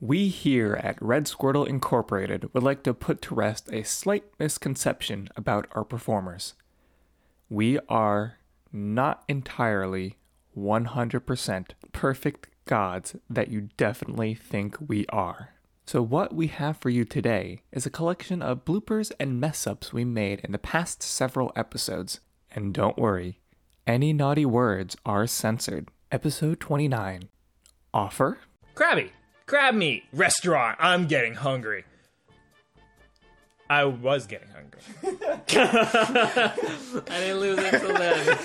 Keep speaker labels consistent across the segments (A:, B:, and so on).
A: We here at Red Squirtle Incorporated would like to put to rest a slight misconception about our performers. We are not entirely 100% perfect gods that you definitely think we are. So, what we have for you today is a collection of bloopers and mess ups we made in the past several episodes. And don't worry, any naughty words are censored. Episode 29 Offer?
B: Krabby, crab meat, restaurant. I'm getting hungry. I was getting hungry.
C: I didn't lose it until then.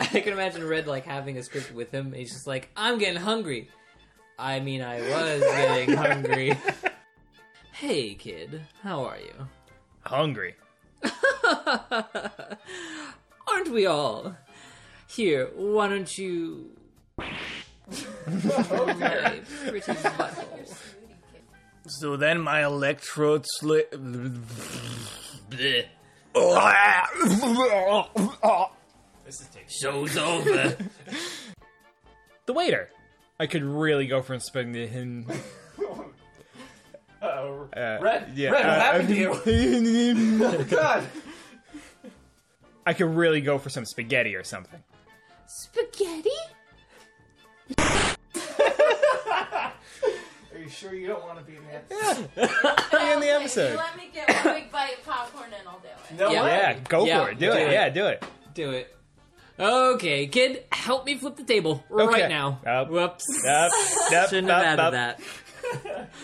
C: I can imagine Red like having a script with him. and He's just like, I'm getting hungry. I mean, I was getting hungry. hey, kid, how are you?
B: Hungry.
C: Aren't we all? Here, why don't you? My pretty butthole.
B: So then my electrode slit.
C: Show's over.
B: The waiter. I could really go from spitting to him.
D: Uh, Red,
B: Yeah.
D: Red, what
B: uh,
D: happened to you?
B: you?
D: God,
B: I could really go for some spaghetti or something.
C: Spaghetti?
D: are you sure you don't want to be in that?
B: in the
C: Oh,
E: Okay,
B: episode.
E: You let me get one big bite of popcorn and I'll do it.
D: No
C: Yeah.
D: way.
B: Yeah, go
C: Yeah,
B: for it. Do,
C: do
B: it.
C: it.
B: Yeah, do it.
C: Do it. Okay, kid, help me flip the table
B: Okay.
C: right now.
B: Up.
C: Whoops.
B: Up, up,
C: Shouldn't
B: up,
C: have
B: up.
C: added that.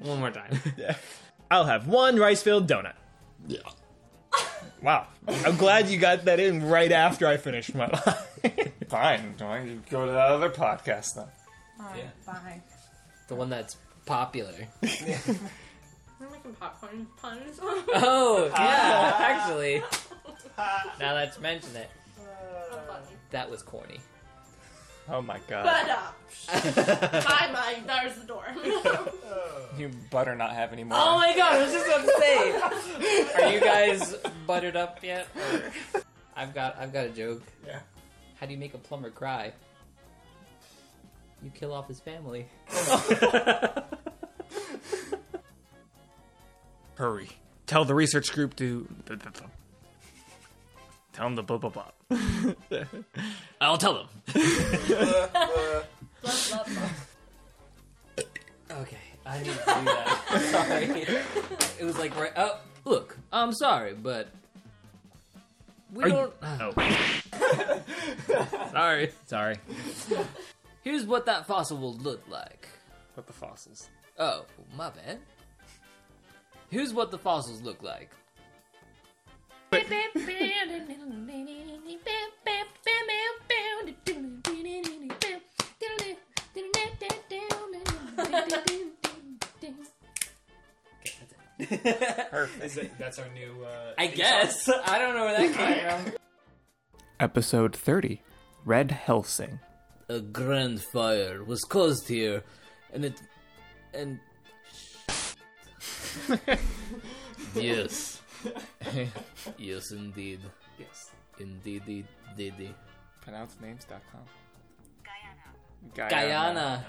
C: One more time.
B: I'll have one rice-filled donut. Wow. I'm glad you got that in right after I finished my line.
D: Fine. Why don't you go to that other podcast then?
C: Yeah.
E: Fine.
C: The one that's popular.
E: I'm making popcorn puns. uh,
C: Oh, yeah, actually. Now that's mentioned it. That was corny.
B: oh my god.
E: but up. Bye bye. There's the door.
A: You butter not have any more.
C: Oh my god, I was just about to say. Are you guys buttered up yet? Or- I've got I've got a joke.
D: Yeah.
C: How do you make a plumber cry? You kill off his family.
B: Hurry. Tell the research group to. Tell them to blah blah blah.
C: I'll tell them.
E: love, love, love.
C: Okay, I need to do that. sorry. It was like right. Oh, look, I'm sorry, but we
B: Are you-
C: don't.
B: Oh,
C: Sorry.
B: sorry.
C: Here's what that fossil will look like.
D: With the fossils.
C: Oh, my bad. Here's what the fossils look like.
B: That's our new. Uh,
C: I guess. I don't know where that came from.
A: Episode 30 Red Helsing.
C: A grand fire was caused here, and it. and. yes. yes, indeed.
A: Yes.
C: Indeed, indeed.
A: Pronouncenames.com.
F: Guyana,
C: Guyana.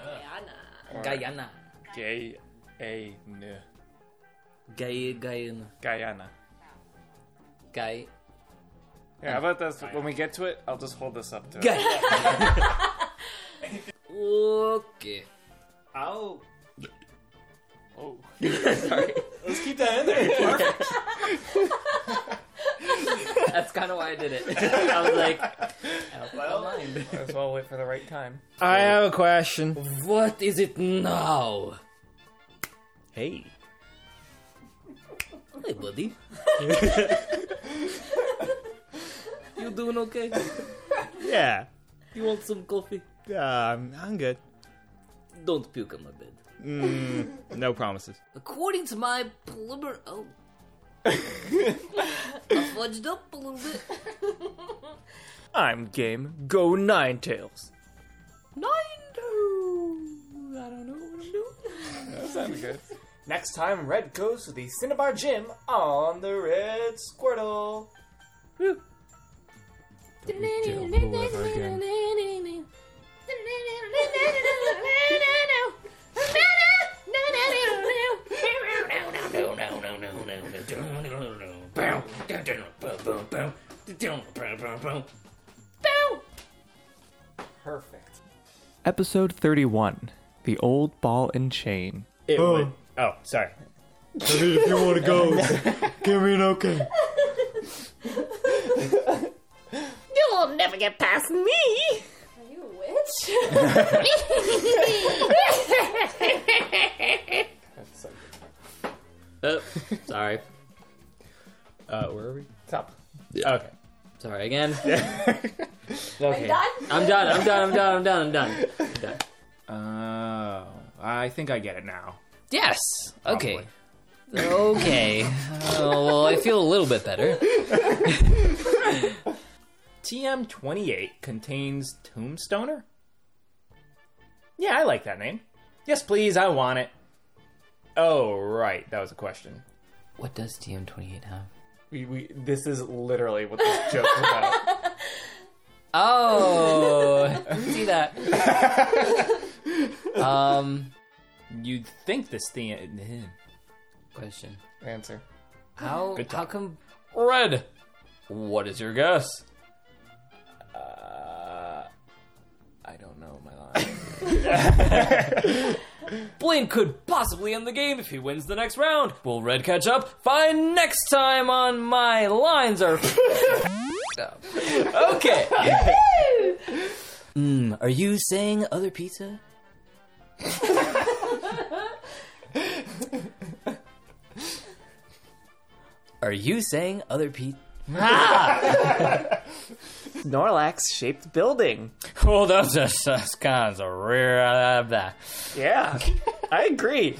C: Guyana.
A: G A N.
C: Guy, Guyana.
A: Guyana.
C: Guy.
A: Yeah, how about this? When we get to it, I'll just hold this up to it.
C: Guy. okay.
D: Oh.
A: Oh.
D: Let's keep that in there.
C: That's kind of why I did it. I was like, well,
A: Might as well wait for the right time.
B: I have a question.
C: what is it now?
B: Hey.
C: Hey, buddy. you doing okay?
B: Yeah.
C: You want some coffee?
B: Um, I'm good.
C: Don't puke on my bed.
B: No promises.
C: According to my plumber, oh, I fudged up a little bit.
A: I'm game. Go Nine Tails.
C: Nine, oh, I don't know what I'm doing.
A: Sounds good.
D: Next time, Red goes to the Cinnabar Gym on the Red Squirtle.
E: We do all over again.
D: Perfect.
A: Episode 31 The Old Ball and Chain.
B: It
F: Oh.
B: would. Oh, sorry.
F: if you want to go, give me an okay.
G: You'll never get past me.
E: Are you a witch?
C: Oh, sorry.
B: Uh, where are we?
D: Top.
B: Okay.
C: Sorry again.
E: I'm done.
C: I'm done. I'm done. I'm done. I'm done. I'm done. I'm done.
B: Oh, I think I get it now.
C: Yes. Okay. Okay. Oh, well, I feel a little bit better.
B: TM28 contains Tombstoner? Yeah, I like that name. Yes, please, I want it. Oh, right, that was a question.
C: What does TM28 have?
D: We, we, this is literally what this joke's about.
C: Oh, I didn't see that. Um, hmm,
B: You'd think this thing.
C: question.
D: Answer.
C: How
B: Good
C: how come red? What is your guess?
B: Uh, I don't know my line.
C: Blaine could possibly end the game if he wins the next round. Will red catch up? Fine, next time on my lines are. f***ed up. okay. Mm, are you saying other pizza? are you saying other pizza?
D: Snorlax shaped building.
C: Oh, those are such kinds of rare. Blah.
D: Yeah, I agree.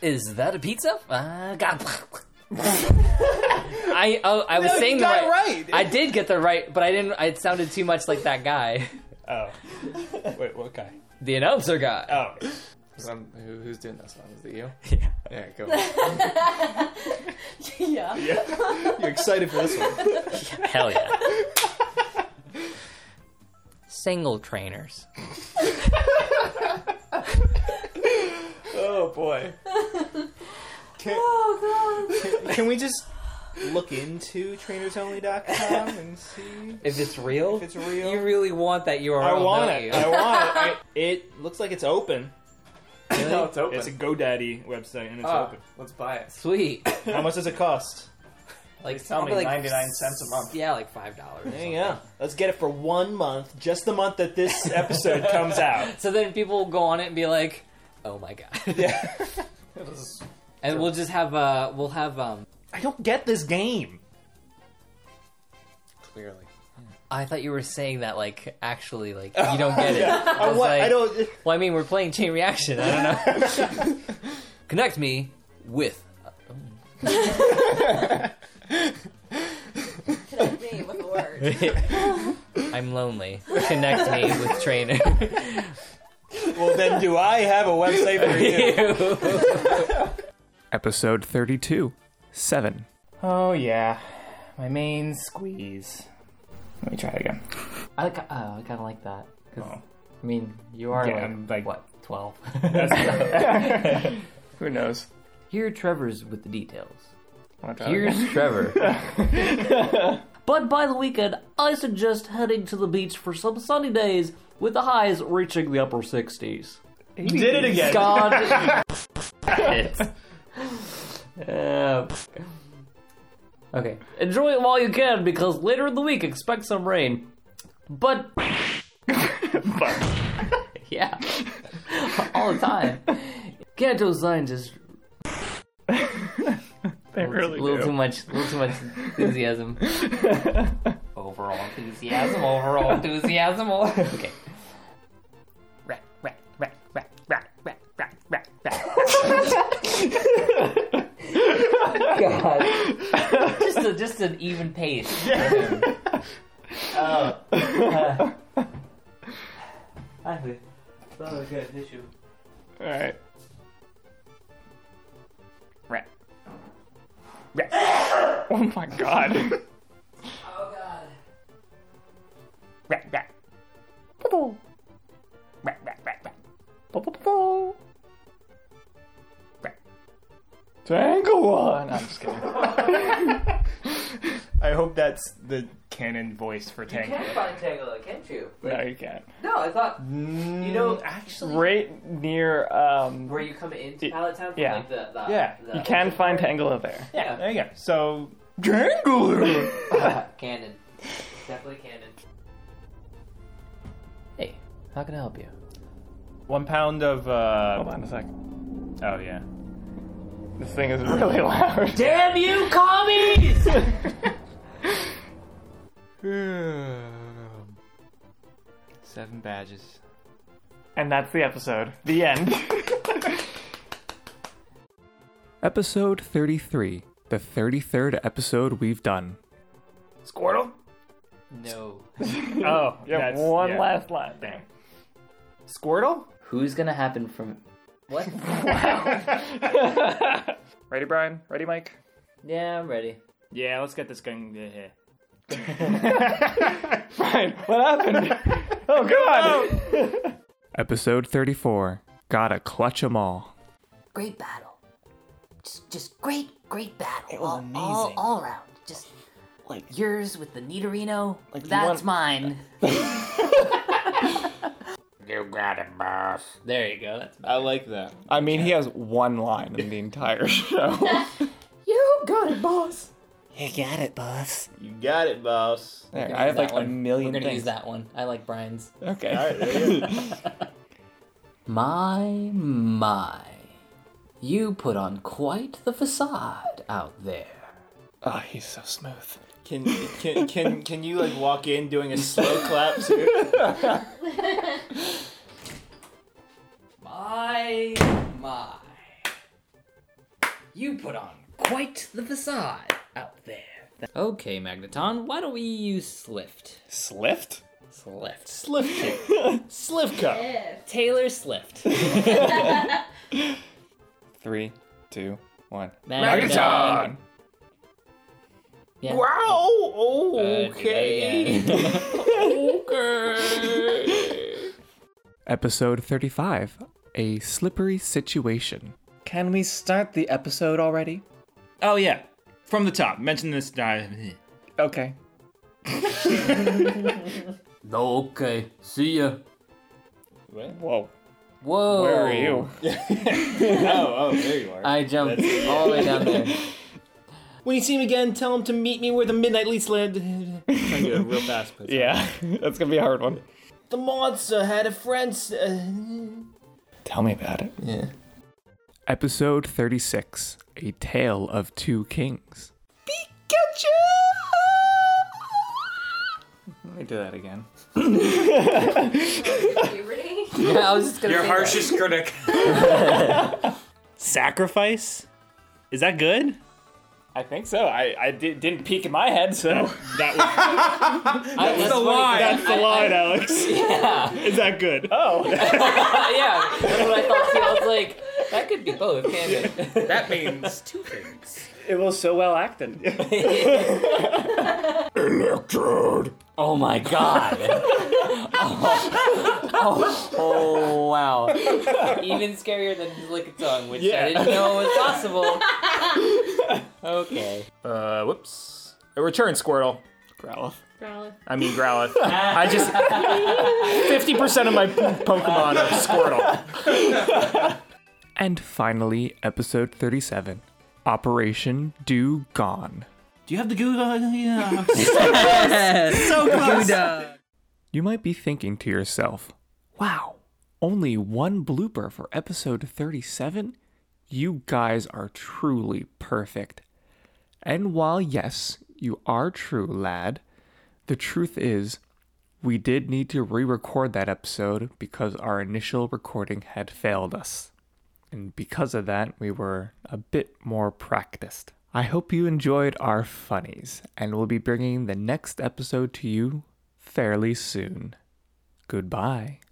C: Is that a pizza? Uh, God. I oh, I was saying the
D: got
C: right.
D: it right.
C: I did get the right, but I didn't. It sounded too much like that guy,
B: oh. Wait, what guy?
C: the announcer guy.
B: Oh.
D: Um, who, who's doing this one? Is it you?
B: Yeah.
D: Yeah, go.
E: yeah.
D: You're excited for this one.
C: Hell yeah. Single trainers.
D: Oh boy.
E: Oh,
B: Can we just look into trainersonly.com and see
C: If it's real,
B: if it's real?
C: you really want that URL.
B: I want
C: don't
B: it.
C: you?
B: I want it. I- it looks like it's open.
D: No, it's open.
B: It's a GoDaddy website and it's
D: Ah,
B: open.
D: let's buy it.
C: Sweet.
B: How much does it cost?
C: Like
D: tell me
C: probably like
D: 99 cents a month.
C: Yeah, like five dollars.
B: There you go. Let's get it for one month, just the month that this episode comes out.
C: So then people will go on it and be like, "Oh my god,"
B: Yeah.
C: and we'll just have uh, we'll have um.
B: I don't get this game.
D: Clearly.
C: I thought you were saying that like actually like you don't get it. I,
B: I,
C: was
B: want,
C: like,
B: I don't.
C: Well, I mean, we're playing Chain Reaction. I don't know. Connect me with.
E: Connect me with a word.
C: I'm lonely. Connect me with trainer.
B: Well, then, do I have a website for you?
A: Episode 32 7.
B: Oh yeah, my main squeeze. Let me try it again.
C: I, ki- oh, I kind of like that. 'cause, I mean, you are
B: Yeah,
C: like,
B: I'm like-
C: what twelve.
D: Who knows?
C: Here, Trevor's with the details.
D: Wanna try it?
C: Here's Trevor. but by the weekend, I suggest heading to the beach for some sunny days with the highs reaching the upper 60s.
B: You did it again.
C: God. Uh, okay. Enjoy it while you can because later in the week expect some rain. But. yeah. All the time. Kanto scientists.
B: They really
C: a little
B: do.
C: too much. A little too much enthusiasm. overall enthusiasm. Overall enthusiasm. o- Okay. Rat, rat, rat, rat, rat, rat, rat, rat, rat. God. Just, a, just an even pace. Oh. Uh, I think that was a good issue.
B: All right. Rat. Rat. Oh my god.
E: Oh god.
B: Rat, rat. Rat, rat, rat, rat. Rat.
F: Tangle one. I'm just kidding.
B: I hope that's the canon voice for
C: You can
B: Tangela.
C: find Tangela, can't you?
B: No, you can't.
C: No, I thought you know actually
B: Right near, um,
C: where you come into
B: Y-
C: Pallet Town from
B: yeah.
C: like the, the
B: yeah,
C: the-
B: you can find Tangela there.
C: Yeah.
B: There you go. So, Tangela!
C: canon. Definitely canon. Hey, how can I help you?
B: One pound of, uh,
A: Hold on a second.
B: oh yeah.
A: This thing is really loud.
C: Damn you, commies!
B: Seven badges.
A: And that's the episode. The end. episode 33. The 33rd episode we've done.
B: Squirtle?
C: no.
B: Oh, yeah,
A: one
B: yeah.
A: last line. Dang.
B: Squirtle?
C: Who's gonna happen from? What?
A: Ready, Brian? Ready, Mike?
C: yeah, I'm ready.
B: Yeah, let's get this going. Yeah.
A: Brian, what happened? oh, God! episode 34. Gotta clutch 'em all.
H: great battle. Just, just great, great battle. all, all, all around. Just like yours with the Nidorino. that's mine.
C: There you go. That's
I: I like that.
A: I mean, he has one line in the entire show.
I: You got it, boss.
A: There, I have like
C: one.
A: a 1000000
C: We're gonna
A: things.
C: use that one. I like Brian's.
A: Okay.
I: All right, there you go.
C: My, my. You put on quite the facade out there.
A: Oh,
I: Ah,
A: he's so smooth.
I: Can, can can can you like walk in doing a slow clap too?
C: My, my. You put on quite the facade out there. Okay, Magneton, why don't we use Slift?
A: Slift?
C: Slift.
I: Slivka.
C: Taylor Slift.
A: Three, two, one.
C: Magneton! Yeah.
I: Wow.
C: Good, do that again.
A: Episode 35 A Slippery Situation. Can we start the episode already?
I: Oh yeah. From the top. Mention this guy.
A: Okay.
C: no, okay. See ya.
A: Whoa.
C: Whoa.
A: Where are you?
I: Oh, oh, there you are.
C: I jumped all the way down there.
I: When you see him again, tell him to meet me where the midnight leads led. Trying to do it real fast. but it's-
A: Yeah, that's gonna be a hard one.
I: The monster had a friend. s- Uh,
A: Tell me about it.
I: yeah.
A: Episode 36 A Tale of Two Kings. Pikachu! Let me do that again.
E: Puberty?
C: Yeah, I was just gonna
D: Your
C: say
D: harshest critic.
I: Sacrifice. Is that good?
A: I think so. I, I di- didn't peek in my head, so.
I: That was,
C: that. I, that's
I: the
C: what I-
I: line. That's the
C: I- I-
I: line, Alex.
C: Yeah.
I: Is that good?
A: Oh!
C: yeah. That's what I thought too. I was like, that could be both, can't it?
B: That means two things.
A: it was so well acted.
C: Oh my god. oh, oh, oh, wow. Even scarier than his lick tongue, which I didn't know was possible. Okay.
I: Uh, whoops. A return, Squirtle.
A: Growlithe.
I: I mean Growlithe. I just fifty percent of my Pokemon are Squirtle.
A: And finally, episode 37 Operation Do Gone.
I: Do you have the goo? Yeah.
A: You might be thinking to yourself, wow, only one blooper for episode 37? You guys are truly perfect. And while, yes, you are true, lad, the truth is, we did need to re record that episode because our initial recording had failed us. And because of that, we were a bit more practiced. I hope you enjoyed our funnies, and we'll be bringing the next episode to you fairly soon. Goodbye.